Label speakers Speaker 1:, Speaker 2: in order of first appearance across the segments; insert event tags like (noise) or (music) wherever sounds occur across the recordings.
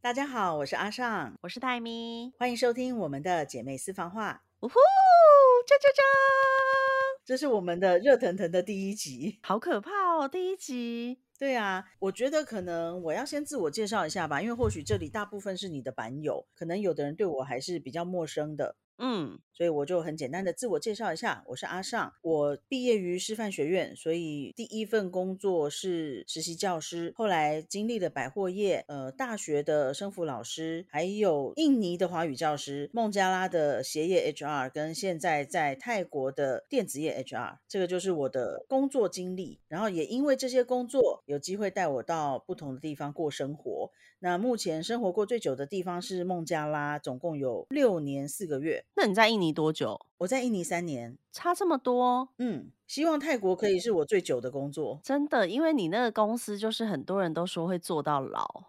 Speaker 1: 大家好，我是阿尚，
Speaker 2: 我是泰咪，
Speaker 1: 欢迎收听我们的姐妹私房话，
Speaker 2: 呜呼，这这这，
Speaker 1: 这是我们的热腾腾的第一集。
Speaker 2: 好可怕哦！第一集，
Speaker 1: 对啊，我觉得可能我要先自我介绍一下吧，因为或许这里大部分是你的版友，可能有的人对我还是比较陌生的。
Speaker 2: 嗯，
Speaker 1: 所以我就很简单的自我介绍一下，我是阿尚，我毕业于师范学院，所以第一份工作是实习教师，后来经历了百货业，呃，大学的生辅老师，还有印尼的华语教师，孟加拉的鞋业 HR，跟现在在泰国的电子业 HR，这个就是我的工作经历。然后也因为这些工作，有机会带我到不同的地方过生活。那目前生活过最久的地方是孟加拉，总共有六年四个月。
Speaker 2: 那你在印尼多久？
Speaker 1: 我在印尼三年，
Speaker 2: 差这么多，
Speaker 1: 嗯，希望泰国可以是我最久的工作。
Speaker 2: 真的，因为你那个公司就是很多人都说会做到老，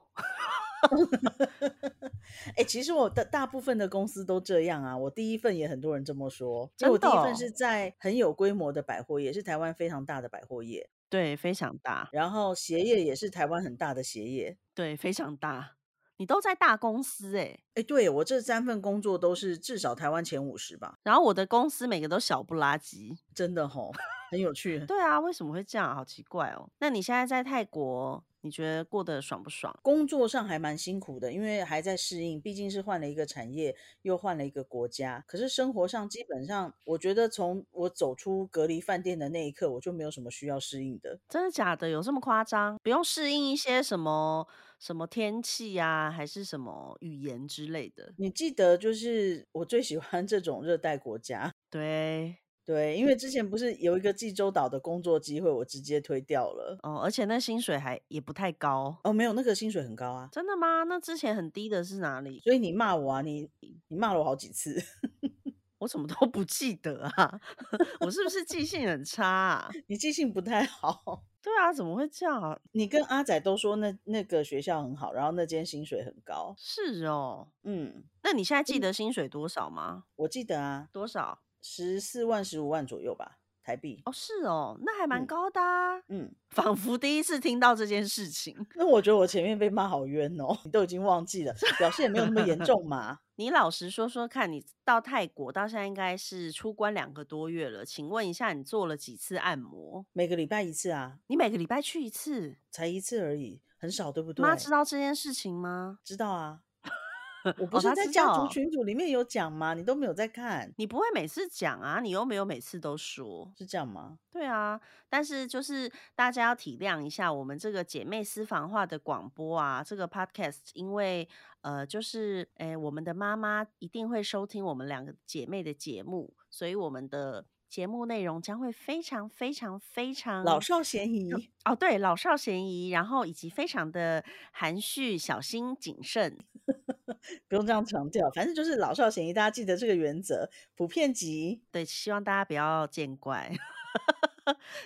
Speaker 1: 哎、其实我的大部分的公司都这样啊，我第一份也很多人这么说。因
Speaker 2: 真
Speaker 1: 为我第
Speaker 2: 的
Speaker 1: 一份
Speaker 2: 哦
Speaker 1: 是在很有规模的百货业，是台湾非常大的百货业，
Speaker 2: 对，非常大，
Speaker 1: 然后鞋业也是台湾很大的鞋业。
Speaker 2: 对，非常大。你都在大公司欸诶、
Speaker 1: 哎，对我这三份工作都是至少台湾前五十吧，
Speaker 2: 然后我的公司每个都小不拉几。
Speaker 1: 真的吼，很有趣。
Speaker 2: 对啊，为什么会这样？好奇怪哦。那你现在在泰国，你觉得过得爽不爽？
Speaker 1: 工作上还蛮辛苦的，因为还在适应，毕竟是换了一个产业，又换了一个国家。可是生活上基本上，我觉得从我走出隔离饭店的那一刻，我就没有什么需要适应的。
Speaker 2: 真的假的？有这么夸张？不用适应一些什么什么天气呀、还是什么语言之类的？
Speaker 1: 你记得，就是我最喜欢这种热带国家，
Speaker 2: 对，
Speaker 1: 对，因为之前不是有一个济州岛的工作机会，我直接推掉了。
Speaker 2: 哦，而且那薪水还也不太高。
Speaker 1: 哦，没有，那个薪水很高啊，
Speaker 2: 真的吗？那之前很低的是哪里？
Speaker 1: 所以你骂我啊，你你骂了我好几次。 (laughs)
Speaker 2: 我怎么都不记得啊！我是不是记性很差、啊？
Speaker 1: 你记性不太好。
Speaker 2: (laughs)
Speaker 1: (laughs)
Speaker 2: 对啊，怎么会这样啊？
Speaker 1: 你跟阿仔都说那那个学校很好，然后那间薪水很高。
Speaker 2: 是哦，
Speaker 1: 嗯，
Speaker 2: 那你现在记得薪水多少吗？
Speaker 1: 我记得啊，
Speaker 2: 多少？
Speaker 1: 十四万、十五万左右吧，台币。
Speaker 2: 哦，是哦，那还蛮
Speaker 1: 嗯
Speaker 2: 高的、啊，
Speaker 1: 嗯，
Speaker 2: 仿佛第一次听到这件事情。 (laughs)
Speaker 1: 那我觉得我前面被骂好冤哦，你都已经忘记了，表现也没有那么严
Speaker 2: (laughs)
Speaker 1: 重嘛。
Speaker 2: 你老实说说看，你到泰国到现在应该是出关两个多月了，请问一下，你做了几次按摩？
Speaker 1: 每个礼拜一次啊，
Speaker 2: 你每个礼拜去一次？
Speaker 1: 才一次而已，很少，对不对？
Speaker 2: 妈知道这件事情吗？
Speaker 1: 知道啊，我不
Speaker 2: 哦
Speaker 1: 是
Speaker 2: 她
Speaker 1: 在
Speaker 2: 知
Speaker 1: 家
Speaker 2: 道
Speaker 1: 族
Speaker 2: 哦
Speaker 1: 群组里面有讲吗？你都没有在看，
Speaker 2: 你不会每次讲啊，你又没有每次都说。
Speaker 1: 是这样吗？
Speaker 2: 对啊，但是就是大家要体谅一下，我们这个姐妹私房话的广播啊，这个 podcast，因为呃，就是诶、我们的妈妈一定会收听我们两个姐妹的节目，所以我们的节目内容将会非常非常非常
Speaker 1: 老少咸宜，
Speaker 2: 哦，对，老少咸宜，然后以及非常的含蓄、小心、谨慎。
Speaker 1: (laughs) 不用这样强调，反正就是老少咸宜，大家记得这个原则，普遍级。
Speaker 2: 对，希望大家不要见怪， (laughs)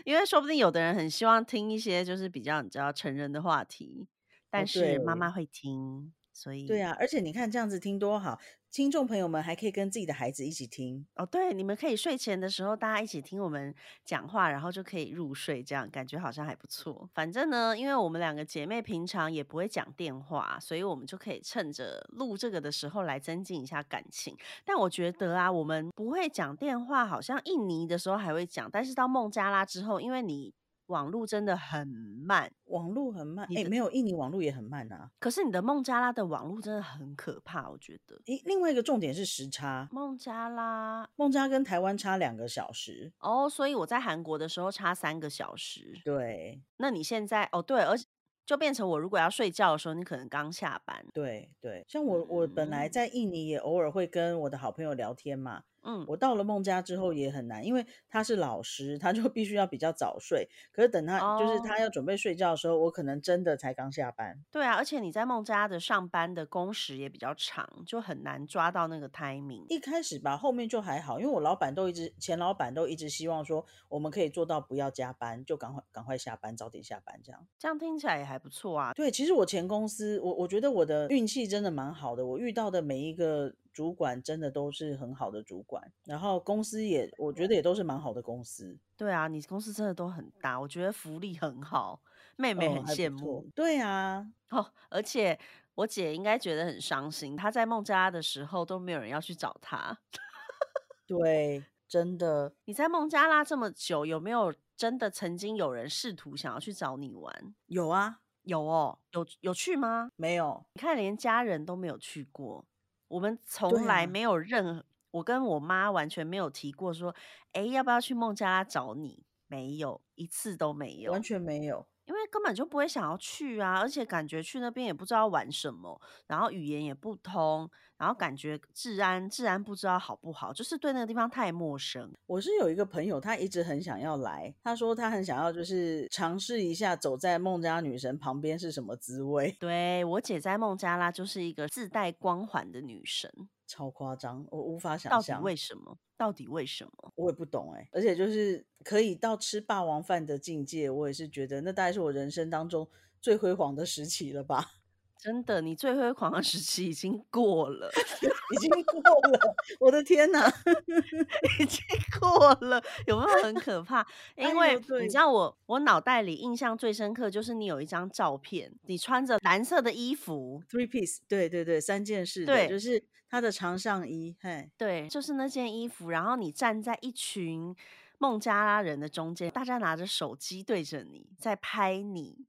Speaker 2: 因为说不定有的人很希望听一些就是比较你知道成人的话题，但是妈
Speaker 1: 对
Speaker 2: 妈会听，所以
Speaker 1: 对啊，而且你看这样子听多好，听众朋友们还可以跟自己的孩子一起听，
Speaker 2: 哦，对，你们可以睡前的时候大家一起听我们讲话，然后就可以入睡，这样感觉好像还不错。反正呢，因为我们两个姐妹平常也不会讲电话，所以我们就可以趁着录这个的时候来增进一下感情。但我觉得啊，我们不会讲电话，好像印尼的时候还会讲，但是到孟加拉之后，因为你网路真的很慢，
Speaker 1: 网络很慢，
Speaker 2: 你
Speaker 1: 哎、
Speaker 2: 的
Speaker 1: 没有印尼网络也很慢啊。
Speaker 2: 可是你的孟加拉的网路真的很可怕，我觉得
Speaker 1: 一另外一个重点是时差，
Speaker 2: 孟加拉。
Speaker 1: 孟加拉跟台湾差两个小时。
Speaker 2: 哦所以我在韩国的时候差三个小时，
Speaker 1: 对
Speaker 2: 那你现在哦，对，而且就变成我如果要睡觉的时候，你可能刚下班，
Speaker 1: 对对，像我我本来
Speaker 2: 嗯
Speaker 1: 在印尼也偶尔会跟我的好朋友聊天嘛，
Speaker 2: 嗯，
Speaker 1: 我到了孟加之后也很难，因为他是老师，他就必须要比较早睡。可是等他就是他
Speaker 2: 哦
Speaker 1: 要准备睡觉的时候，我可能真的才刚下班。
Speaker 2: 对啊，而且你在孟加拉的上班的工时也比较长，就很难抓到那个 timing。
Speaker 1: 一开始吧，后面就还好，因为我老板都一直前老板都一直希望说我们可以做到不要加班，就赶快赶快下班，早点下班这样。
Speaker 2: 这样听起来也还不错啊。
Speaker 1: 对，其实我前公司，我我觉得我的运气真的蛮好的，我遇到的每一个主管真的都是很好的主管，然后公司也我觉得也都是蛮好的公司，
Speaker 2: 对啊，你公司真的都很大，我觉得福利很好，妹妹
Speaker 1: 嗯，
Speaker 2: 很
Speaker 1: 还不
Speaker 2: 羡
Speaker 1: 错
Speaker 2: 慕。
Speaker 1: 对啊，
Speaker 2: 哦。而且我姐应该觉得很伤心，她在孟加拉的时候都没有人要去找她。
Speaker 1: 对，真的，
Speaker 2: 你在孟加拉这么久，有没有真的曾经有人试图想要去找你玩？
Speaker 1: 有啊，
Speaker 2: 有哦，有有去吗？
Speaker 1: 没有，
Speaker 2: 你看，连家人都没有去过，我们从
Speaker 1: 对
Speaker 2: 来
Speaker 1: 啊
Speaker 2: 没有任何，我跟我妈完全没有提过说，哎，要不要去孟加拉找你？没有，一次都没有
Speaker 1: 完，全没有。
Speaker 2: 因为根本就不会想要去啊，而且感觉去那边也不知道玩什么，然后语言也不通，然后感觉治安治安不知道好不好，就是对那个地方太陌生。
Speaker 1: 我是有一个朋友，他一直很想要来，他说他很想要就是尝试一下走在孟加拉女神旁边是什么滋味，
Speaker 2: 对我姐在孟加拉就是一个自带光环的女神，
Speaker 1: 超夸张，我无法想
Speaker 2: 到底
Speaker 1: 象，
Speaker 2: 为什么？到底为什么？
Speaker 1: 我也不懂哎、而且就是可以到吃霸王饭的境界，我也是觉得那大概是我人生当中最辉煌的时期了吧， (laughs)
Speaker 2: 真的，你最辉煌的时期已经过了，
Speaker 1: 已经过了，我的天哪！
Speaker 2: 已经 (laughs) 过了，有没有很可怕？
Speaker 1: 哎
Speaker 2: 因
Speaker 1: 呦
Speaker 2: 为你
Speaker 1: 对
Speaker 2: 知道我，我脑袋里印象最深刻就是你有一张照片，你穿着蓝色的衣服，
Speaker 1: Three piece，对对对，三件事的，
Speaker 2: 对
Speaker 1: 就是他的长上衣，嘿，
Speaker 2: 对，就是那件衣服，然后你站在一群孟加拉人的中间，大家拿着手机对着你在拍你。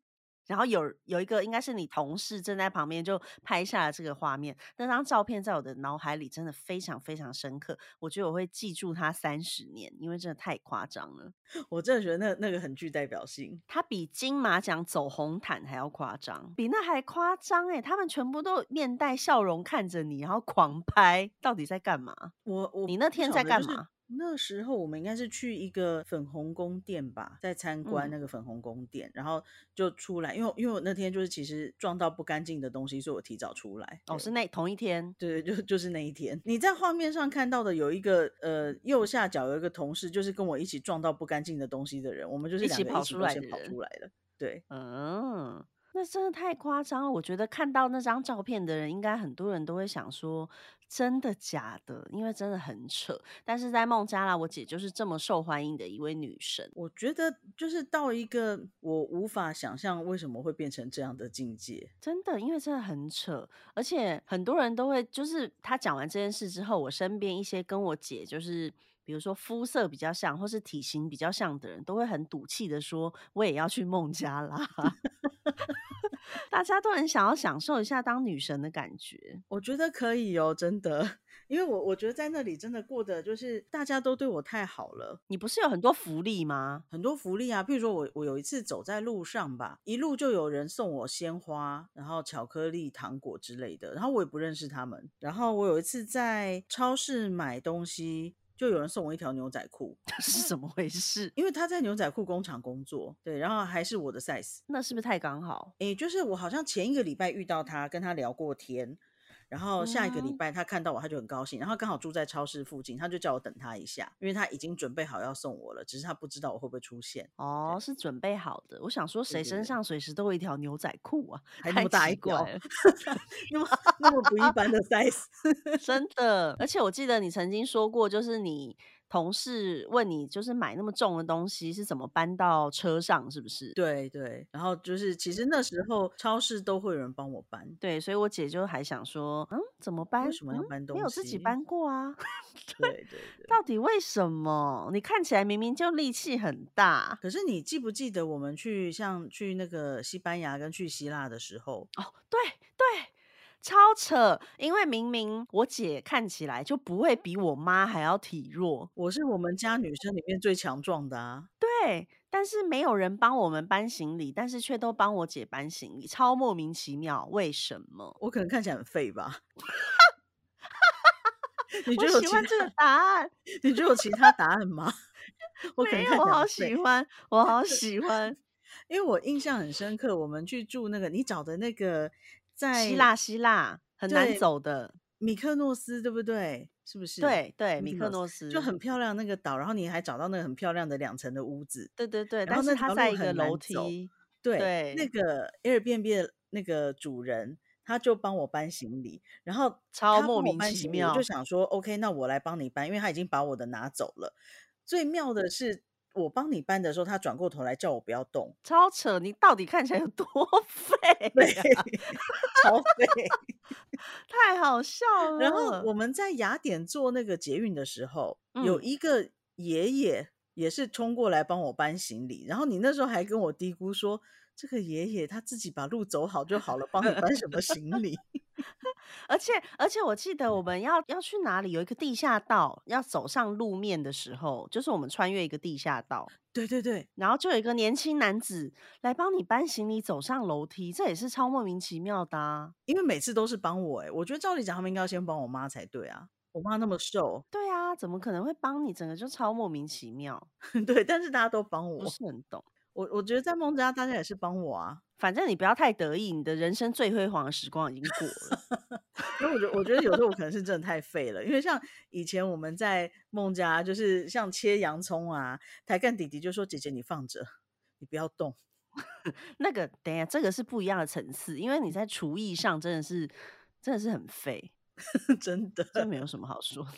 Speaker 2: 然后有有一个应该是你同事正在旁边就拍下了这个画面，那张照片在我的脑海里真的非常非常深刻，我觉得我会记住它三十年，因为真的太夸张了。
Speaker 1: 我真的觉得那那个很具代表性。
Speaker 2: 它比金马奖走红毯还要夸张，比那还夸张哎、他们全部都面带笑容看着你，然后狂拍，到底在干嘛？
Speaker 1: 我我
Speaker 2: 你那
Speaker 1: 不
Speaker 2: 天
Speaker 1: 晓
Speaker 2: 在
Speaker 1: 得
Speaker 2: 干
Speaker 1: 就是
Speaker 2: 嘛
Speaker 1: 那时候我们应该是去一个粉红宫殿吧，在参观
Speaker 2: 嗯
Speaker 1: 那个粉红宫殿，然后就出来，因为我因为我那天就是其实撞到不干净的东西，所以我提早出来。
Speaker 2: 哦，是
Speaker 1: 对
Speaker 2: 那同一天，
Speaker 1: 对对，就就是那一天，你在画面上看到的有一个呃右下角有一个同事，就是跟我一起撞到不干净的东西的人，我们就是
Speaker 2: 一
Speaker 1: 两
Speaker 2: 起
Speaker 1: 个
Speaker 2: 跑
Speaker 1: 一起
Speaker 2: 出
Speaker 1: 都
Speaker 2: 来
Speaker 1: 先
Speaker 2: 的
Speaker 1: 跑
Speaker 2: 人
Speaker 1: 出来了。对，
Speaker 2: 嗯，那真的太夸张了。我觉得看到那张照片的人，应该很多人都会想说，真的假的？因为真的很扯。但是在孟加拉，我姐就是这么受欢迎的一位女神。
Speaker 1: 我觉得就是到一个我无法想象为什么会变成这样的境界。
Speaker 2: 真的，因为真的很扯，而且很多人都会，就是他讲完这件事之后，我身边一些跟我姐就是，比如说肤色比较像，或是体型比较像的人，都会很赌气的说，我也要去孟加拉。 (laughs) 大家都很想要享受一下当女神的感觉，
Speaker 1: 我觉得可以哦，真的， (laughs) 因为我我觉得在那里真的过得就是大家都对我太好了，
Speaker 2: 你不是有很多福利吗？ (laughs)
Speaker 1: 很多福利啊。譬如说我我有一次走在路上吧，一路就有人送我鲜花，然后巧克力、糖果之类的，然后我也不认识他们。然后我有一次在超市买东西，就有人送我一条牛仔裤，
Speaker 2: 是怎么回事？
Speaker 1: 因为他在牛仔裤工厂工作，对，然后还是我的 size。
Speaker 2: 那是不是太刚好？
Speaker 1: 诶，就是我好像前一个礼拜遇到他，跟他聊过天，然后下一个礼
Speaker 2: 嗯
Speaker 1: 拜他看到我，他就很高兴，然后刚好住在超市附近，他就叫我等他一下，因为他已经准备好要送我了，只是他不知道我会不会出现，
Speaker 2: 哦，是准备好的。我想说，
Speaker 1: 对
Speaker 2: 谁
Speaker 1: 对
Speaker 2: 身
Speaker 1: 对
Speaker 2: 上随时都有一条牛仔裤啊？
Speaker 1: 还那
Speaker 2: 太
Speaker 1: 么大
Speaker 2: 奇
Speaker 1: 一条
Speaker 2: 怪了。，
Speaker 1: 那么
Speaker 2: (laughs)
Speaker 1: 那么不一般的 size，
Speaker 2: 真的，而且我记得你曾经说过，就是你同事问你，就是买那么重的东西是怎么搬到车上，是不是？
Speaker 1: 对对，然后就是其实那时候超市都会有人帮我搬，
Speaker 2: 对，所以我姐就还想说，嗯，怎么搬？
Speaker 1: 为什么要
Speaker 2: 嗯
Speaker 1: 搬
Speaker 2: 没
Speaker 1: 东
Speaker 2: 有自己
Speaker 1: 西？
Speaker 2: 搬过啊？
Speaker 1: 对对
Speaker 2: (laughs)
Speaker 1: 对。
Speaker 2: 到底为什么？你看起来明明就力气很大
Speaker 1: 可是你记不记得我们去像去那个西班牙跟去希腊的时候，
Speaker 2: 哦，对对。超扯！因为明明我姐看起来就不会比我妈还要体弱，
Speaker 1: 我是我们家女生里面最强壮的啊。
Speaker 2: 对，但是没有人帮我们搬行李，但是却都帮我姐搬行李，超莫名其妙，为什么？
Speaker 1: 我可能看起来很废吧？ (laughs) 你觉
Speaker 2: 我
Speaker 1: 得有
Speaker 2: 喜
Speaker 1: 其
Speaker 2: 欢这
Speaker 1: 他
Speaker 2: 个？答案，
Speaker 1: 你觉得有其他答案吗？ (laughs) 我可能
Speaker 2: 没有，
Speaker 1: 看起
Speaker 2: 我
Speaker 1: 来
Speaker 2: 好
Speaker 1: 很
Speaker 2: 喜
Speaker 1: 废，
Speaker 2: 欢，我好
Speaker 1: (laughs)
Speaker 2: 喜欢
Speaker 1: 因为我印象很深刻，我们去住那个你找的那个在
Speaker 2: 希腊，希腊很难
Speaker 1: 对
Speaker 2: 走的，
Speaker 1: 米克诺斯，对不对？是不是？
Speaker 2: 对对，
Speaker 1: 米
Speaker 2: 米
Speaker 1: 克
Speaker 2: 克
Speaker 1: 诺斯
Speaker 2: 诺斯
Speaker 1: 就很漂亮那个岛，然后你还找到那个很漂亮的两层的屋子，
Speaker 2: 对对对，
Speaker 1: 然
Speaker 2: 但
Speaker 1: 后
Speaker 2: 是
Speaker 1: 那
Speaker 2: 它
Speaker 1: 条
Speaker 2: 在
Speaker 1: 路
Speaker 2: 一个
Speaker 1: 很难
Speaker 2: 楼
Speaker 1: 走。
Speaker 2: 梯，
Speaker 1: 对，那
Speaker 2: 对，
Speaker 1: 个 Airbnb 的那个主人，他就帮我搬行李，然后
Speaker 2: 超
Speaker 1: 他帮我
Speaker 2: 莫名
Speaker 1: 搬
Speaker 2: 其
Speaker 1: 行李，我就
Speaker 2: 妙，
Speaker 1: 想说，OK，那我来帮你搬，因为他已经把我的拿走了。最妙的是，我帮你搬的时候，他转过头来叫我不要动，
Speaker 2: 超扯！你到底看起来有多 (laughs) 废
Speaker 1: 对
Speaker 2: 呀、，
Speaker 1: 超废。
Speaker 2: 太好笑了。
Speaker 1: 然后我们在雅典坐那个捷运的时候，有
Speaker 2: 嗯
Speaker 1: 一个爷爷也是冲过来帮我搬行李，然后你那时候还跟我嘀咕说，这个爷爷他自己把路走好就好了，帮你搬什么
Speaker 2: (laughs)
Speaker 1: 行李？
Speaker 2: 而且而且我记得我们要要去哪里有一个地下道，要走上路面的时候，就是我们穿越一个地下道，
Speaker 1: 对对对，
Speaker 2: 然后就有一个年轻男子来帮你搬行李走上楼梯，这也是超莫名其妙的、啊。
Speaker 1: 因为每次都是帮我、欸，我觉得照理讲他们应该要先帮我妈才对啊，我妈那么瘦， (laughs)
Speaker 2: 对啊，怎么可能会帮你？整个就超莫名其妙，
Speaker 1: 对，但是大家都帮
Speaker 2: 不
Speaker 1: 我，
Speaker 2: 是很懂。
Speaker 1: 我我觉得在孟加拉大家也是帮我啊，
Speaker 2: 反正你不要太得意，你的人生最辉煌的时光已经过了。
Speaker 1: 因为我觉得，我觉得有时候我可能是真的太废了，因为像以前我们在孟家，就是像切洋葱啊，台干弟弟就说：“姐姐你放着，你不要动。 (laughs)
Speaker 2: 那个，等一下，这个是不一样的层次，因为你在厨艺上真的是真的是很废，”
Speaker 1: 真的，
Speaker 2: 这没有什么好说的。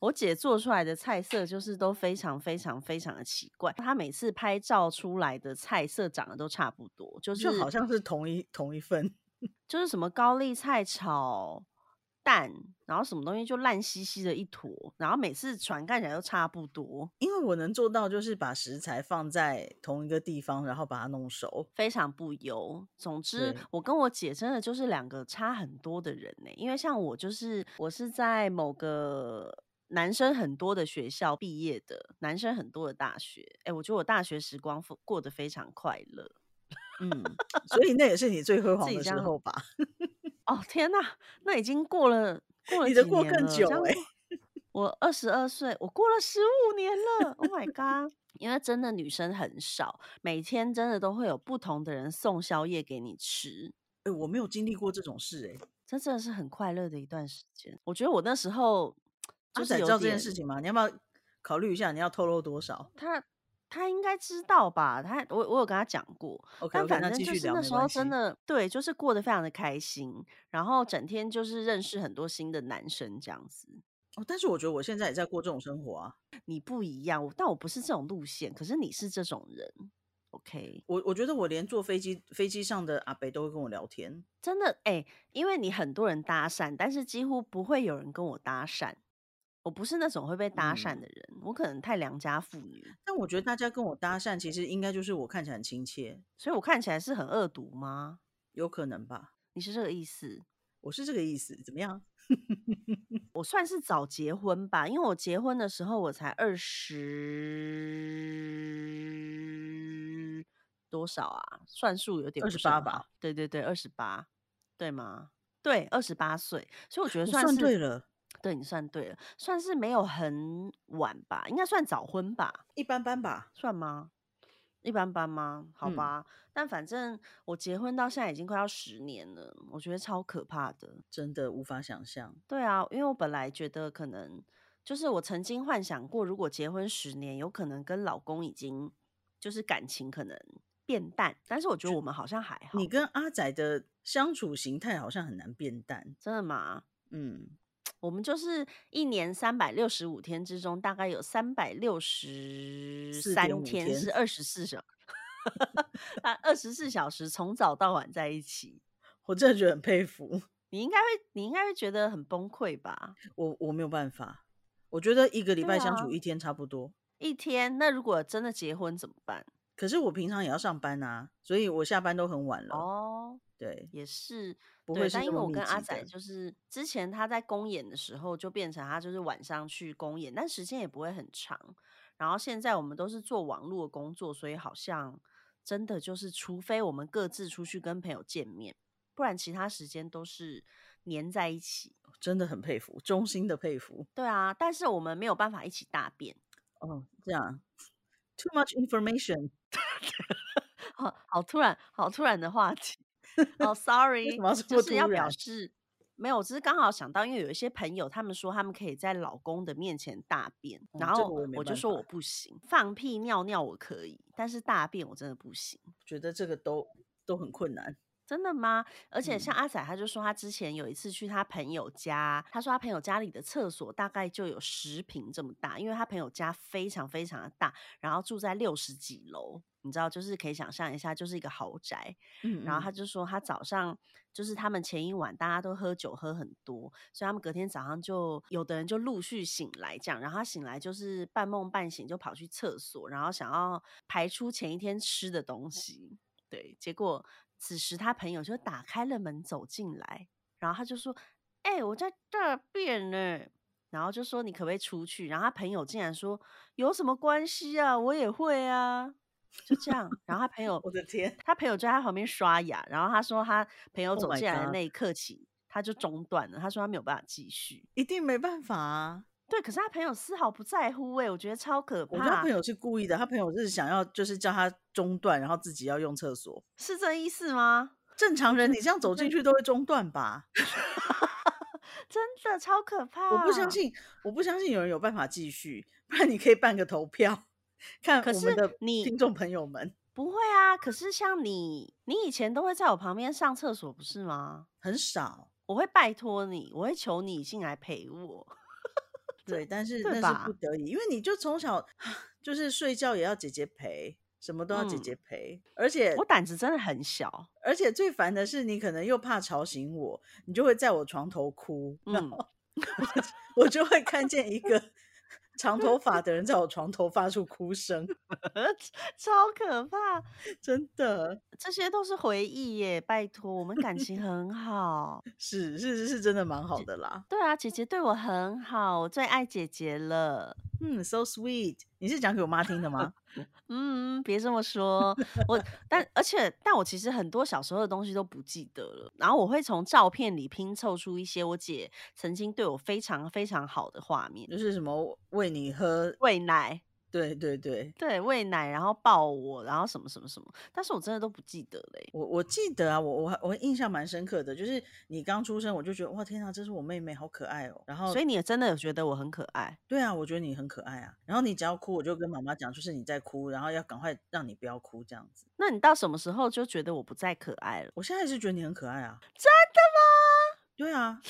Speaker 2: 我姐做出来的菜色就是都非常非常非常的奇怪，她每次拍照出来的菜色长得都差不多，就是
Speaker 1: 就好像是同一同一份。
Speaker 2: 就是什么高丽菜炒蛋，然后什么东西就烂兮兮的一坨，然后每次传看起来都差不多，
Speaker 1: 因为我能做到就是把食材放在同一个地方，然后把它弄熟。
Speaker 2: 非常不油。总之
Speaker 1: 对，
Speaker 2: 我跟我姐真的就是两个差很多的人呢、因为像我就是我是在某个男生很多的学校毕业的，男生很多的大学。哎、我觉得我大学时光过过得非常快乐。
Speaker 1: 嗯，所以那也是你最辉
Speaker 2: 自
Speaker 1: 煌
Speaker 2: 己
Speaker 1: 的
Speaker 2: 这
Speaker 1: 时
Speaker 2: 样
Speaker 1: 候吧？
Speaker 2: 哦天呐，那已经过了过了
Speaker 1: 你的
Speaker 2: 几
Speaker 1: 过
Speaker 2: 年
Speaker 1: 更
Speaker 2: 了
Speaker 1: 久
Speaker 2: 这样
Speaker 1: 欸
Speaker 2: 过我二十二岁，我过了十五年了。Oh my god！因为真的女生很少，每天真的都会有不同的人送宵夜给你吃，
Speaker 1: 哎、我没有经历过这种事、欸，哎，
Speaker 2: 这真的是很快乐的一段时间。我觉得我那时候就
Speaker 1: 猪
Speaker 2: 是
Speaker 1: 啊仔知
Speaker 2: 有
Speaker 1: 道这件
Speaker 2: 点
Speaker 1: 事情吗？你要不要考虑一下？你要透露多少
Speaker 2: 他。他应该知道吧？他我我有跟他讲过，
Speaker 1: ？OK
Speaker 2: 但
Speaker 1: OK，
Speaker 2: 反
Speaker 1: 那
Speaker 2: 正
Speaker 1: 继
Speaker 2: 就
Speaker 1: 续
Speaker 2: 是
Speaker 1: 聊
Speaker 2: 那
Speaker 1: 没
Speaker 2: 时候
Speaker 1: 关
Speaker 2: 真
Speaker 1: 系。
Speaker 2: 的对，就是过得非常的开心，然后整天就是认识很多新的男生这样子。
Speaker 1: 哦，但是我觉得我现在也在过这种生活啊。
Speaker 2: 你不一样，我但我不是这种路线，可是你是这种人，OK？
Speaker 1: 我我觉得我连坐飞机飞机上的阿北都会跟我聊天，
Speaker 2: 真的哎、因为你很多人搭讪，但是几乎不会有人跟我搭讪。我不是那种会被搭讪
Speaker 1: 嗯
Speaker 2: 的人，我可能太良家妇女，
Speaker 1: 但我觉得大家跟我搭讪，其实应该就是我看起来很亲切，
Speaker 2: 所以我看起来是很恶毒吗？
Speaker 1: 有可能吧？
Speaker 2: 你是这个意思？
Speaker 1: 我是这个意思，怎么样？
Speaker 2: 我算是早结婚吧，因为我结婚的时候我才二十多少啊？算数有点不是
Speaker 1: 28
Speaker 2: 很
Speaker 1: 吧
Speaker 2: 好。对对对，二十八，对吗？对，二十八岁，所以我觉得
Speaker 1: 我
Speaker 2: 算
Speaker 1: 算
Speaker 2: 是
Speaker 1: 对了，
Speaker 2: 对你算对了，算是没有很晚吧，应该算早婚吧。
Speaker 1: 一般般吧。
Speaker 2: 算吗？一般般吗？好
Speaker 1: 嗯
Speaker 2: 吧，但反正我结婚到现在已经快要十年了，我觉得超可怕的。
Speaker 1: 真的无法想象，
Speaker 2: 对啊，因为我本来觉得可能就是我曾经幻想过，如果结婚十年，有可能跟老公已经就是感情可能变淡，但是我觉得我们好像还好。
Speaker 1: 你跟阿仔的相处形态好像很难变淡。
Speaker 2: 真的吗？
Speaker 1: 嗯，
Speaker 2: 我们就是一年三百六十五天之中，大概有三百六十三
Speaker 1: 4.5
Speaker 2: 天
Speaker 1: 天
Speaker 2: 是二十四小， (laughs) 啊，二十四小时从早到晚在一起。
Speaker 1: 我真的觉得很佩服， (laughs)
Speaker 2: 你应该会，你应该会觉得很崩溃吧？
Speaker 1: 我我没有办法。我觉得一个礼
Speaker 2: 对
Speaker 1: 拜相
Speaker 2: 啊
Speaker 1: 处一天差不多，
Speaker 2: 一天，那如果真的结婚怎么办？
Speaker 1: 可是我平常也要上班啊，所以我下班都很晚了。
Speaker 2: 哦，
Speaker 1: 对，
Speaker 2: 也是，
Speaker 1: 不
Speaker 2: 对，
Speaker 1: 会是
Speaker 2: 但
Speaker 1: 这
Speaker 2: 因为
Speaker 1: 么
Speaker 2: 我
Speaker 1: 密
Speaker 2: 跟阿
Speaker 1: 集
Speaker 2: 仔
Speaker 1: 的。
Speaker 2: 就是之前他在公演的时候，就变成他就是晚上去公演，但时间也不会很长。然后现在我们都是做网络的工作，所以好像真的就是，除非我们各自出去跟朋友见面，不然其他时间都是黏在一起。
Speaker 1: 真的很佩服，衷心的佩服。
Speaker 2: 对啊，但是我们没有办法一起大便，
Speaker 1: 哦，这样，too much information，
Speaker 2: 好好突然，好突然的话题。哦、s o r
Speaker 1: (laughs)
Speaker 2: r
Speaker 1: 为
Speaker 2: y
Speaker 1: 什么要这
Speaker 2: 就
Speaker 1: 么
Speaker 2: 是要
Speaker 1: 突
Speaker 2: 表
Speaker 1: 然？
Speaker 2: 示没有，我只是刚好想到，因为有一些朋友他们说他们可以在老公的面前大便，
Speaker 1: 嗯
Speaker 2: 然
Speaker 1: 这个
Speaker 2: 后
Speaker 1: 我也没
Speaker 2: 我就
Speaker 1: 办
Speaker 2: 说我
Speaker 1: 法，
Speaker 2: 不行，放屁尿尿我可以，但是大便我真的不行。
Speaker 1: 觉得这个都都很困难。
Speaker 2: 真的吗？而且像
Speaker 1: 嗯，
Speaker 2: 阿仔，他就说他之前有一次去他朋友家，他说他朋友家里的厕所大概就有十平这么大，因为他朋友家非常非常的大，然后住在六十几楼，你知道，就是可以想象一下，就是一个豪宅。然后
Speaker 1: 嗯
Speaker 2: 他就说他早上就是他们前一晚大家都喝酒喝很多，所以他们隔天早上就有的人就陆续醒来这样，然后他醒来就是半梦半醒就跑去厕所，然后想要排出前一天吃的东西，对，结果此时他朋友就打开了门走进来，然后他就说：“哎、我在大便呢。”然后就说你可不可以出去？然后他朋友竟然说有什么关系啊，我也会啊。就这样。然后他朋
Speaker 1: 嗯，
Speaker 2: 友，
Speaker 1: 我的天
Speaker 2: 他朋友就在他旁边刷牙，然后他说他朋友
Speaker 1: ，Oh
Speaker 2: 走
Speaker 1: my
Speaker 2: 进来的
Speaker 1: god，
Speaker 2: 那一刻起，他就中断了，他说他没有办法继续。
Speaker 1: 一定没办法啊！
Speaker 2: 对，可是他朋友丝毫不在乎哎、我觉得超可
Speaker 1: 我觉得他
Speaker 2: 怕，
Speaker 1: 朋友是故意的，他朋友是想要就是叫他中断，然后自己要用厕所。
Speaker 2: 是这意思吗？
Speaker 1: 正常人你这样走进去都会中断吧？
Speaker 2: 真的超可
Speaker 1: 我不相
Speaker 2: 怕。
Speaker 1: 信，我不相信有人有办法继续，不然你可以办个投票， (laughs) 看
Speaker 2: 可
Speaker 1: 我
Speaker 2: 是
Speaker 1: 们的
Speaker 2: 你
Speaker 1: 听众朋友们
Speaker 2: 不会啊，可是像你，你以前都会在我旁边上厕所不是吗？
Speaker 1: 很少。
Speaker 2: 我会拜托你，我会求你进来陪我，
Speaker 1: 对，但是
Speaker 2: 对
Speaker 1: 那是不
Speaker 2: 吧？
Speaker 1: 得已，因为你就从小 (sighs) 就是睡觉也要姐姐陪，什么都要姐姐
Speaker 2: 嗯，
Speaker 1: 陪，而且
Speaker 2: 我胆子真的很小，
Speaker 1: 而且最烦的是，你可能又怕吵醒我，你就会在我床头哭，然
Speaker 2: 嗯，
Speaker 1: 后我就我就会看见一个 (laughs) 长头发的人在我床头发出哭声，
Speaker 2: 超可怕。
Speaker 1: 真的
Speaker 2: 这些都是回忆耶，拜托，我们感情很好。
Speaker 1: 是是是是真的蛮好的啦。
Speaker 2: 对啊，姐姐对我很好，我最爱姐姐了。
Speaker 1: 嗯，so sweet，你是讲给我妈听的
Speaker 2: (laughs)
Speaker 1: 吗？
Speaker 2: 嗯，别这么说，我但而且但我其实很多小时候的东西都不记得了，然后我会从照片里拼凑出一些我姐曾经对我非常非常好的画面，
Speaker 1: 就是什么喂你喝，
Speaker 2: 喂奶，
Speaker 1: 对对对，
Speaker 2: 对，喂奶，然后抱我，然后什么什么什么，但是我真的都不记得欸嘞、
Speaker 1: 我我记得啊，我我我印象蛮深刻的，就是你刚出生我就觉得哇天哪，这是我妹妹，好可爱哦。然后
Speaker 2: 所以你也真的有觉得我很可爱？
Speaker 1: 对啊，我觉得你很可爱啊。然后你只要哭，我就跟妈妈讲，就是你在哭，然后要赶快让你不要哭这样子。
Speaker 2: 那你到什么时候就觉得我不再可爱了？
Speaker 1: 我现在还是觉得你很可爱啊。
Speaker 2: 真的吗？
Speaker 1: 对啊，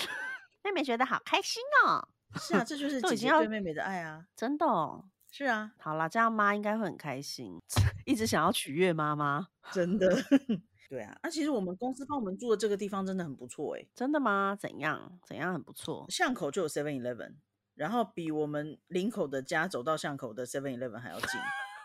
Speaker 2: 妹妹觉得好开心哦，
Speaker 1: 是啊，这
Speaker 2: (laughs)
Speaker 1: 就是
Speaker 2: 都
Speaker 1: 姐
Speaker 2: 已经
Speaker 1: 姐
Speaker 2: 要
Speaker 1: 对妹妹的爱啊。
Speaker 2: 真的哦。
Speaker 1: 是啊，
Speaker 2: 好啦，这样妈应该会很开心， (laughs) 一直想要取悦妈妈，
Speaker 1: 真的。
Speaker 2: (laughs)
Speaker 1: 对啊，那、其实我们公司帮我们住的这个地方真的很不错诶、
Speaker 2: 真的吗？怎样？怎样很不错 (laughs)
Speaker 1: 巷口就有 Seven Eleven，然后比我们林口的家走到巷口的 Seven Eleven 还要近，
Speaker 2: 啊？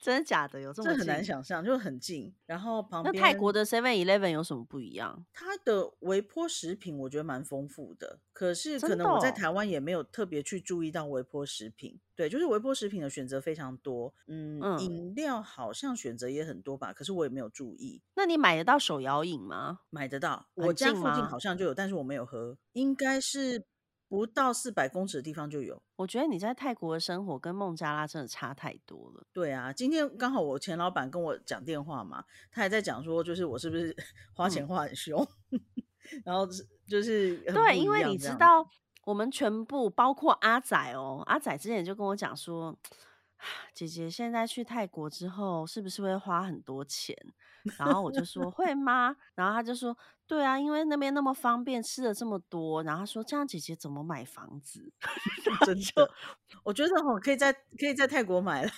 Speaker 2: 真的假的？有这
Speaker 1: 这
Speaker 2: 么
Speaker 1: 很难
Speaker 2: 近？
Speaker 1: 想象，就很近。然后旁
Speaker 2: 那泰国
Speaker 1: 边
Speaker 2: 的 Seven Eleven 有什么不一样？
Speaker 1: 它的微波食品我觉得蛮丰富的，可是可
Speaker 2: 真
Speaker 1: 能
Speaker 2: 的
Speaker 1: 我在
Speaker 2: 哦、
Speaker 1: 台湾也没有特别去注意到微波食品。对，就是微波食品的选择非常多，嗯，
Speaker 2: 嗯，
Speaker 1: 饮料好像选择也很多吧，可是我也没有注意。
Speaker 2: 那你买得到手摇饮吗？
Speaker 1: 买得到，我
Speaker 2: 很
Speaker 1: 家
Speaker 2: 近
Speaker 1: 附近好
Speaker 2: 吗？
Speaker 1: 像就有，但是我没有喝，应该是不到四百公尺的地方就有。
Speaker 2: 我觉得你在泰国的生活跟孟加拉真的差太多了。
Speaker 1: 对啊，今天刚好我前老板跟我讲电话嘛，他还在讲说，就是我是不是 (laughs) 花钱
Speaker 2: 嗯，
Speaker 1: 花很凶， (laughs) 然后是就是很
Speaker 2: 对，
Speaker 1: 不
Speaker 2: 因
Speaker 1: 一
Speaker 2: 为你
Speaker 1: 样这
Speaker 2: 知
Speaker 1: 样子。
Speaker 2: 道，我们全部包括阿仔哦，阿仔之前就跟我讲说，姐姐现在去泰国之后是不是会花很多钱？然后我就说会吗？然后他就说对啊，因为那边那么方便，吃了这么多。然后他说这样姐姐怎么买房子？然后
Speaker 1: 真
Speaker 2: 就
Speaker 1: 的，我觉得我可以在可以在泰国买啦，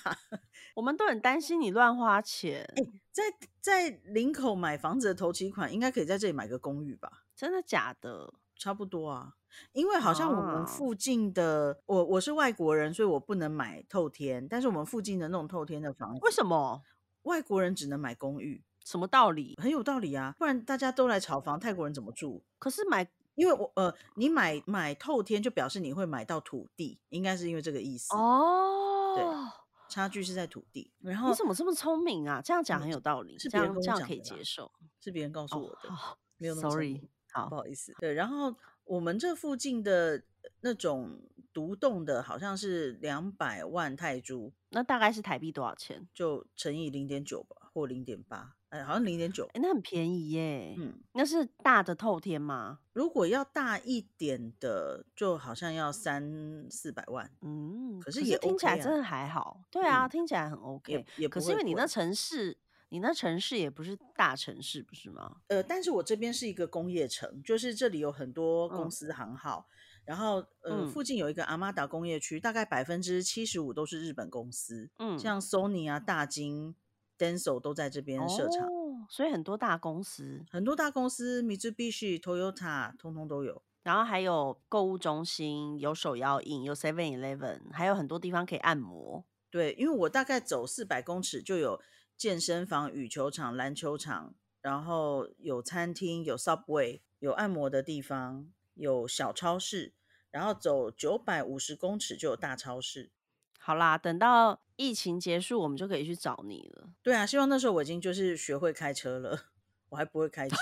Speaker 2: 我们都很担心你乱花钱，
Speaker 1: 在在林口买房子的头期款，应该可以在这里买个公寓吧。
Speaker 2: 真的假的
Speaker 1: 差不多啊，因为好像我们
Speaker 2: 啊？
Speaker 1: 附近的，我我是外国人，所以我不能买透天，但是我们附近的那种透天的房
Speaker 2: 为
Speaker 1: 子，
Speaker 2: 什么？
Speaker 1: 外国人只能买公寓，
Speaker 2: 什么道理？
Speaker 1: 很有道理啊，不然大家都来炒房，泰国人怎么住？
Speaker 2: 可是买
Speaker 1: 因为我呃，你买买透天就表示你会买到土地，应该是因为这个意思，对，
Speaker 2: 哦。
Speaker 1: 差距是在土地。然
Speaker 2: 你
Speaker 1: 后
Speaker 2: 怎么这么聪明啊？这样讲
Speaker 1: 我
Speaker 2: 很有道理，
Speaker 1: 嗯是
Speaker 2: 这
Speaker 1: 别人
Speaker 2: 样
Speaker 1: 跟
Speaker 2: 这
Speaker 1: 我
Speaker 2: 样
Speaker 1: 讲
Speaker 2: 可以
Speaker 1: 的
Speaker 2: 接
Speaker 1: 啦，
Speaker 2: 受。
Speaker 1: 是别人告
Speaker 2: 哦，
Speaker 1: 诉我的，
Speaker 2: 好
Speaker 1: 没有那么聪
Speaker 2: ，sorry，
Speaker 1: 明，不
Speaker 2: 好，
Speaker 1: 好意思。对，然后我们这附近的呃那种独栋的，好像是两百万泰铢，
Speaker 2: 那大概是台币多少钱？
Speaker 1: 就乘以零点九吧，或零点八，哎，好像零点九。
Speaker 2: 哎，那很便宜耶。
Speaker 1: 嗯，
Speaker 2: 那是大的透天吗？
Speaker 1: 如果要大一点的，就好像要三四百万，
Speaker 2: 嗯，
Speaker 1: 可是
Speaker 2: 可
Speaker 1: 也
Speaker 2: 是听起来
Speaker 1: OK 啊。
Speaker 2: 真的还好。对啊，
Speaker 1: 嗯，
Speaker 2: 听起来很
Speaker 1: 也
Speaker 2: OK。
Speaker 1: 也
Speaker 2: 可
Speaker 1: 不
Speaker 2: 是因
Speaker 1: 会
Speaker 2: 为你那
Speaker 1: 贵。
Speaker 2: 城市你那城市也不是大城市，不是吗？
Speaker 1: 呃，但是我这边是一个工业城，就是这里有很多公
Speaker 2: 嗯
Speaker 1: 司行号，然后呃，
Speaker 2: 嗯
Speaker 1: 附近有一个阿玛达工业区，大概百分之七十五都是日本公司，
Speaker 2: 嗯，
Speaker 1: 像 Sony 啊、大金、Denso 都在这边设厂，
Speaker 2: 哦，所以很多大公司，
Speaker 1: 很多大公司，Mitsubishi、Toyota 通通都有。
Speaker 2: 然后还有购物中心，有手摇饮，有 Seven Eleven，还有很多地方可以按摩。
Speaker 1: 对，因为我大概走四百公尺就有健身房、羽球场、篮球场，然后有餐厅、有 Subway、有按摩的地方、有小超市，然后走九百五十公尺就有大超市。
Speaker 2: 好啦，等到疫情结束，我们就可以去找你了。
Speaker 1: 对啊，希望那时候我已经就是学会开车了， (laughs) 我还不会开车。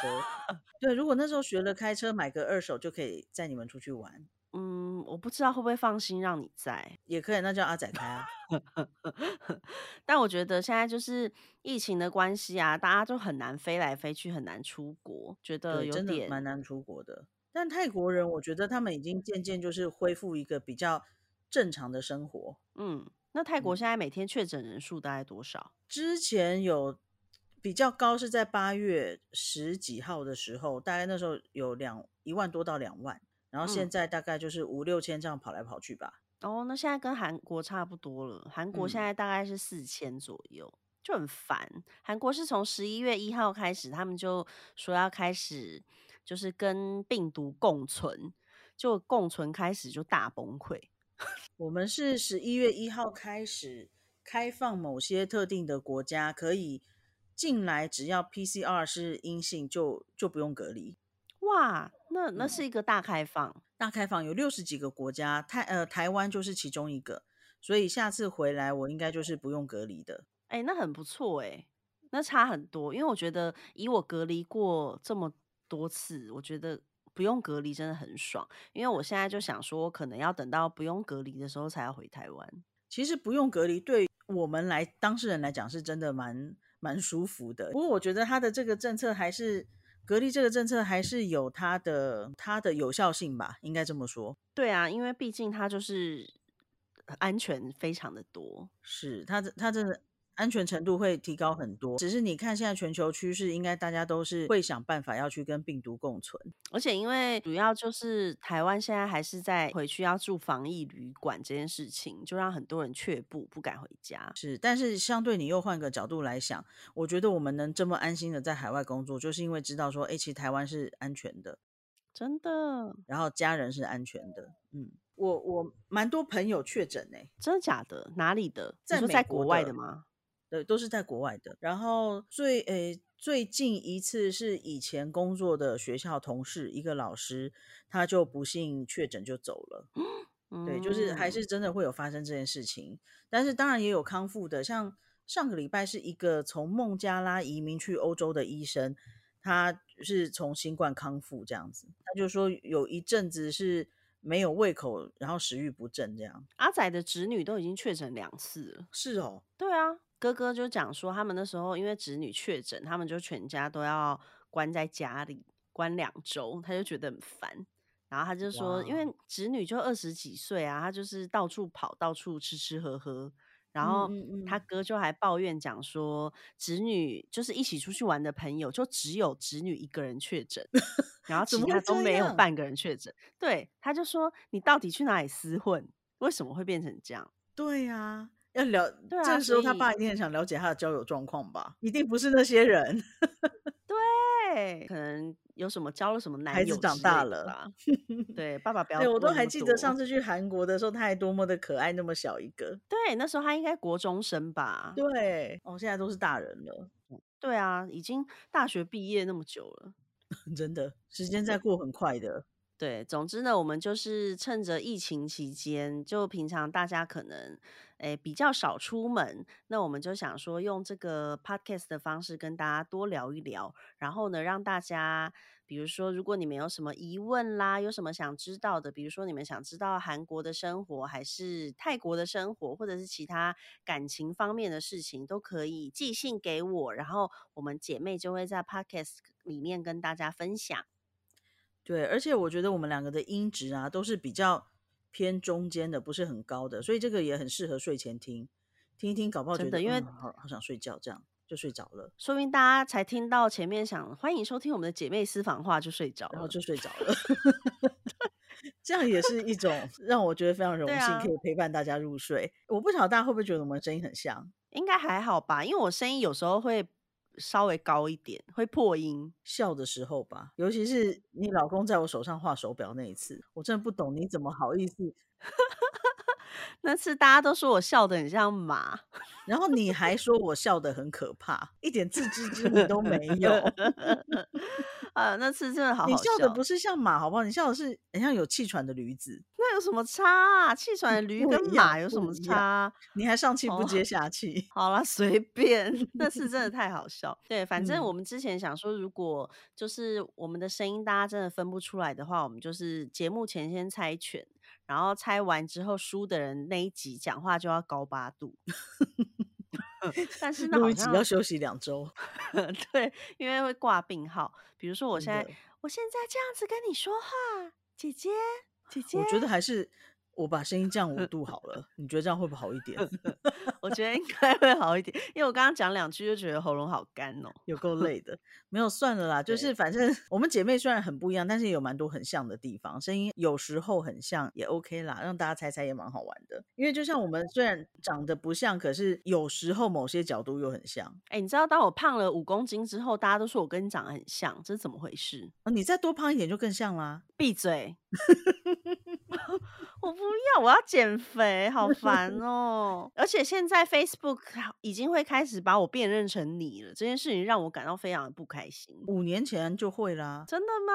Speaker 1: 对，如果那时候学了开车，买个二手就可以载你们出去玩，
Speaker 2: 嗯，我不知道会不会放心让你在，
Speaker 1: 也可以，那叫阿仔开啊。
Speaker 2: 但我觉得现在就是疫情的关系啊，大家就很难飞来飞去，很难出国，觉得
Speaker 1: 对，
Speaker 2: 有
Speaker 1: 真的
Speaker 2: 点
Speaker 1: 蛮难出国的。但泰国人，我觉得他们已经渐渐就是恢复一个比较正常的生活。
Speaker 2: 嗯。那泰国
Speaker 1: 嗯
Speaker 2: 现在每天确诊人数大概多少？
Speaker 1: 之前有比较高是在八月十几号的时候，大概那时候有两一万多到两万，然后现
Speaker 2: 嗯
Speaker 1: 在大概就是五六千这样跑来跑去吧。
Speaker 2: 哦，那现在跟韩国差不多了，韩国现
Speaker 1: 嗯
Speaker 2: 在大概是四千左右，就很烦。韩国是从十一月一号开始，他们就说要开始就是跟病毒共存，就共存开始就大崩溃。
Speaker 1: 我们是十一月一号开始开放某些特定的国家可以进来，只要 PCR 是阴性就就不用隔离。
Speaker 2: 哇，那那
Speaker 1: 嗯
Speaker 2: 是一个大开放，
Speaker 1: 大开放，有六十几个国家，泰呃台湾就是其中一个，所以下次回来我应该就是不用隔离的。
Speaker 2: 哎、那很不错哎、那差很多，因为我觉得以我隔离过这么多次，我觉得。不用隔离真的很爽，因为我现在就想说，我可能要等到不用隔离的时候才要回台湾。
Speaker 1: 其实不用隔离，对我们来当事人来讲是真的蛮蛮舒服的。不过我觉得他的这个政策还是隔离这个政策还是有它的它的有效性吧，应该这么说。
Speaker 2: 对啊，因为毕竟它就是安全非常的多。
Speaker 1: 是，它这它真的安全程度会提高很多。只是你看现在全球趋势，应该大家都是会想办法要去跟病毒共存。
Speaker 2: 而且因为主要就是台湾现在还是在回去要住防疫旅馆这件事情，就让很多人却步，不敢回家。
Speaker 1: 是，但是相对你又换个角度来想，我觉得我们能这么安心的在海外工作，就是因为知道说，哎，其实台湾是安全的，
Speaker 2: 真的，
Speaker 1: 然后家人是安全的。嗯，我我蛮多朋友确诊哎、
Speaker 2: 真的假的？哪里的？你
Speaker 1: 在
Speaker 2: 说
Speaker 1: 美
Speaker 2: 在国
Speaker 1: 国
Speaker 2: 外
Speaker 1: 的
Speaker 2: 的吗？
Speaker 1: 对，都是在国外的。然后最诶、最近一次是以前工作的学校同事，一个老师，他就不幸确诊就走了。
Speaker 2: 嗯
Speaker 1: 对，就是还是真的会有发生这件事情，但是当然也有康复的，像上个礼拜是一个从孟加拉移民去欧洲的医生，他是从新冠康复这样子，他就说有一阵子是没有胃口，然后食欲不振这样。
Speaker 2: 阿仔的侄女都已经确诊两次了。
Speaker 1: 是哦，
Speaker 2: 对啊，哥哥就讲说，他们那时候因为侄女确诊，他们就全家都要关在家里关两周，他就觉得很烦。然后他就说，因
Speaker 1: 哇
Speaker 2: 为侄女就二十几岁啊，她就是到处跑，到处吃吃喝喝。然
Speaker 1: 嗯
Speaker 2: 后
Speaker 1: 嗯
Speaker 2: 他
Speaker 1: 嗯
Speaker 2: 哥就还抱怨讲说，侄女就是一起出去玩的朋友，就只有侄女一个人
Speaker 1: (laughs)
Speaker 2: 确诊，然后
Speaker 1: 怎
Speaker 2: 其
Speaker 1: 么会
Speaker 2: 他都
Speaker 1: 这
Speaker 2: 没有
Speaker 1: 样
Speaker 2: 半个人确诊。对，他就说，你到底去哪里厮混？为什么会变成这样？
Speaker 1: 对呀、啊，要了，
Speaker 2: 对
Speaker 1: 这
Speaker 2: 啊，
Speaker 1: 个时
Speaker 2: 所
Speaker 1: 候他爸
Speaker 2: 以
Speaker 1: 一定很想了解他的交友状况吧，一定不是那些人。
Speaker 2: 对，可能有什么交了什么男
Speaker 1: 孩子
Speaker 2: 友
Speaker 1: 长
Speaker 2: 之
Speaker 1: 大
Speaker 2: 类
Speaker 1: 了
Speaker 2: 的
Speaker 1: (laughs)
Speaker 2: 吧。对，爸爸不要
Speaker 1: 对我都
Speaker 2: 问那
Speaker 1: 还
Speaker 2: 么
Speaker 1: 记得上
Speaker 2: 多。
Speaker 1: 次去韩国的时候，他还多么的可爱，那么小一个。
Speaker 2: 对，那时候他应该国中生吧？
Speaker 1: 对，哦，现在都是大人了，
Speaker 2: 对啊，已经大学毕业那么久了。
Speaker 1: 真的，时
Speaker 2: 嗯
Speaker 1: 间在过很快的。
Speaker 2: 对，总之呢，我们就是趁着疫情期间，就平常大家可能诶比较少出门，那我们就想说用这个 podcast 的方式跟大家多聊一聊，然后呢，让大家比如说，如果你们有什么疑问啦，有什么想知道的，比如说你们想知道韩国的生活，还是泰国的生活，或者是其他感情方面的事情，都可以寄信给我，然后我们姐妹就会在 podcast 里面跟大家分享。
Speaker 1: 对，而且我觉得我们两个的音质啊，都是比较偏中间的，不是很高的，所以这个也很适合睡前听，听一听，搞不好
Speaker 2: 真
Speaker 1: 觉
Speaker 2: 的
Speaker 1: 得
Speaker 2: 因为
Speaker 1: 嗯，好好想睡觉这样。就睡着了，
Speaker 2: 说明大家才听到前面想欢迎收听我们的姐妹私房话就睡着
Speaker 1: 然
Speaker 2: 了
Speaker 1: 后。就睡着
Speaker 2: (laughs)
Speaker 1: 了。这样也是一种让我觉得非常荣
Speaker 2: 对
Speaker 1: 幸，
Speaker 2: 啊
Speaker 1: 可以陪伴大家入睡。我不晓得大家会不会觉得我们声音很像，
Speaker 2: 应该还好吧，因为我声音有时候会稍微高一点，会破音。
Speaker 1: 笑的时候吧，尤其是你老公在我手上画手表那一次，我真的不懂你怎么好意思。
Speaker 2: 那次大家都说我笑得很像马，
Speaker 1: 然后你还说我笑得很可怕，一点自知之明都没 (laughs) (laughs) 有。
Speaker 2: (laughs) 啊，那次真的好好
Speaker 1: 你笑的
Speaker 2: 笑
Speaker 1: 不是像马，好不好？你笑的是很像有气喘的驴子，
Speaker 2: 那有什么差啊？气
Speaker 1: (laughs)
Speaker 2: 喘的驴
Speaker 1: 不
Speaker 2: 跟
Speaker 1: 一样
Speaker 2: 马有什
Speaker 1: 不
Speaker 2: 么
Speaker 1: 一
Speaker 2: 差
Speaker 1: 样
Speaker 2: 啊？
Speaker 1: 你还上气
Speaker 2: 哦
Speaker 1: 不接下气。 (laughs)
Speaker 2: 好啦，随便， (laughs) 那次真的太好笑。对，反正
Speaker 1: 嗯
Speaker 2: 我们之前想说，如果就是我们的声音大家真的分不出来的话，我们就是节目前先猜拳，然后猜完之后输的人那一集讲话就要高八度。 (laughs) 但是呢，
Speaker 1: 录
Speaker 2: 好
Speaker 1: 一集
Speaker 2: 像
Speaker 1: 要休息两周，
Speaker 2: 对，因为会挂病号。比如说，我
Speaker 1: 真
Speaker 2: 现在
Speaker 1: 的
Speaker 2: 我现在这样子跟你说话，姐姐， (laughs) 姐姐，
Speaker 1: 我觉得还是我把声音降五度好了。你觉得这样会不会好一点？
Speaker 2: 我觉得应该会好一点，因为我刚刚讲两句就觉得喉咙好干哦。
Speaker 1: 有够累的，没有算了啦。就
Speaker 2: 对
Speaker 1: 是反正我们姐妹虽然很不一样，但是有蛮多很像的地方，声音有时候很像也 OK 啦，让大家猜猜也蛮好玩的。因为就像我们虽然长得不像，可是有时候某些角度又很像。
Speaker 2: 哎、你知道当我胖了五公斤之后，大家都说我跟你长得很像，这是怎么回事？
Speaker 1: 啊你再多胖一点就更像啦。
Speaker 2: 闭嘴！ (laughs) 我不要，我要减肥，好
Speaker 1: (laughs)
Speaker 2: 烦哦！而且现在 Facebook 已经会开始把我辨认成你了，这件事情让我感到非常的不开心。
Speaker 1: 五年前就会啦，
Speaker 2: 真的吗？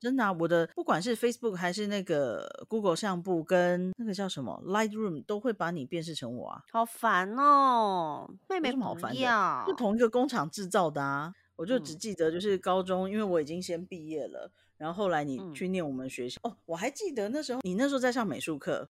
Speaker 1: 真的、啊，我的不管是 Facebook 还是那个 Google 相簿跟那个叫什么 Lightroom，都会把你辨识成我啊。
Speaker 2: 好烦哦！妹
Speaker 1: 有
Speaker 2: 妹
Speaker 1: 什么好
Speaker 2: 不
Speaker 1: 烦的
Speaker 2: 要？，
Speaker 1: 是同一个工厂制造的啊。我就只
Speaker 2: 嗯
Speaker 1: 记得就是高中，因为我已经先毕业了，然后后来你
Speaker 2: 嗯
Speaker 1: 去念我们学校、哦，我还记得那时候你那时候在上美术课，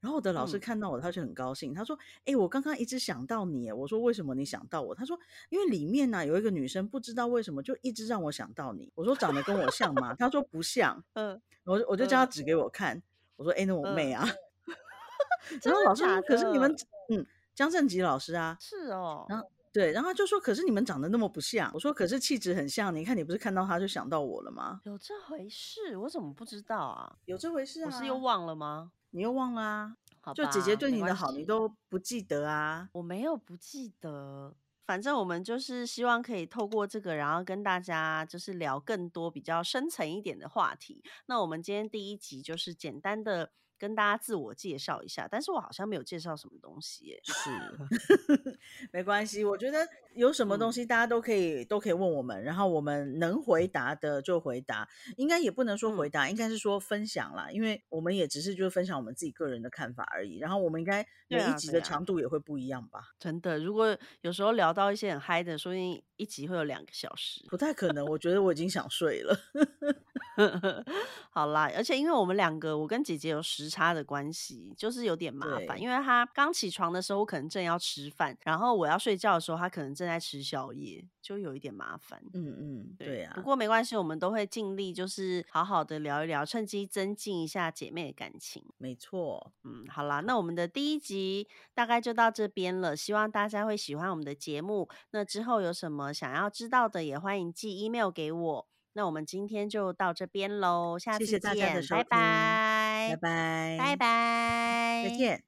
Speaker 1: 然后我的老师
Speaker 2: 嗯
Speaker 1: 看到我，他就很高兴，他说：“哎、我刚刚一直想到你耶。”我说：“为什么你想到我？”他说：“因为里面呢、有一个女生，不知道为什么就一直让我想到你。”我说：“长得跟我像吗？”他说：“不像。
Speaker 2: 嗯，”
Speaker 1: 我就我就叫他
Speaker 2: 嗯
Speaker 1: 指给我看，我说：“哎、那我妹
Speaker 2: 嗯
Speaker 1: 啊。然
Speaker 2: (laughs) 真
Speaker 1: 后
Speaker 2: 的
Speaker 1: 老师
Speaker 2: 假
Speaker 1: 说：“
Speaker 2: 的？
Speaker 1: 可是你们嗯，江正吉老师啊。”
Speaker 2: 是哦，
Speaker 1: 然后对，然后他就说：“可是你们长得那么不像。”我说：“可是气质很像，你看你不是看到他就想到我了吗
Speaker 2: 有这回事？我怎么不知道啊？”
Speaker 1: 有这回事啊？
Speaker 2: 我是又，忘了吗？
Speaker 1: 你又忘啦、
Speaker 2: 好吧，
Speaker 1: 就姐姐对
Speaker 2: 没
Speaker 1: 你的
Speaker 2: 关
Speaker 1: 好，你
Speaker 2: 系
Speaker 1: 都不记得啊？
Speaker 2: 我没有不记得。反正我们就是希望可以透过这个，然后跟大家就是聊更多比较深层一点的话题。那我们今天第一集就是简单的跟大家自我介绍一下，但是我好像没有介绍什么东西耶、
Speaker 1: 是，没关系。我觉得有什么东
Speaker 2: 嗯
Speaker 1: 西大家都可以、都可以问我们，然后我们能回答的就回答，应该也不能说回
Speaker 2: 嗯
Speaker 1: 答，应该是说分享啦，因为我们也只是就是分享我们自己个人的看法而已。然后我们应该
Speaker 2: 对
Speaker 1: 每一
Speaker 2: 啊
Speaker 1: 集
Speaker 2: 对
Speaker 1: 的
Speaker 2: 啊
Speaker 1: 长度也会不一样吧？
Speaker 2: 真的，如果有时候聊到一些很嗨的，说不定一集会有两个小时。
Speaker 1: 不太可能，我觉得我已经想睡了。 (laughs)
Speaker 2: (laughs) 好啦，而且因为我们两个，我跟姐姐有时差的关系，就是有点麻烦。
Speaker 1: 对
Speaker 2: 因为她刚起床的时候，我可能正要吃饭，然后我要睡觉的时候，她可能正在吃宵夜，就有一点麻烦。
Speaker 1: 嗯嗯，对呀、
Speaker 2: 不过没关系，我们都会尽力，就是好好的聊一聊，趁机增进一下姐妹的感情。
Speaker 1: 没错，
Speaker 2: 嗯，好啦，那我们的第一集大概就到这边了，希望大家会喜欢我们的节目。那之后有什么想要知道的，也欢迎寄 email 给我。那我们今天就到这边喽，
Speaker 1: 谢
Speaker 2: 下次
Speaker 1: 谢
Speaker 2: 见，
Speaker 1: 大家的收
Speaker 2: 拜
Speaker 1: 听拜
Speaker 2: 拜，
Speaker 1: 拜，
Speaker 2: 拜拜，
Speaker 1: 再见。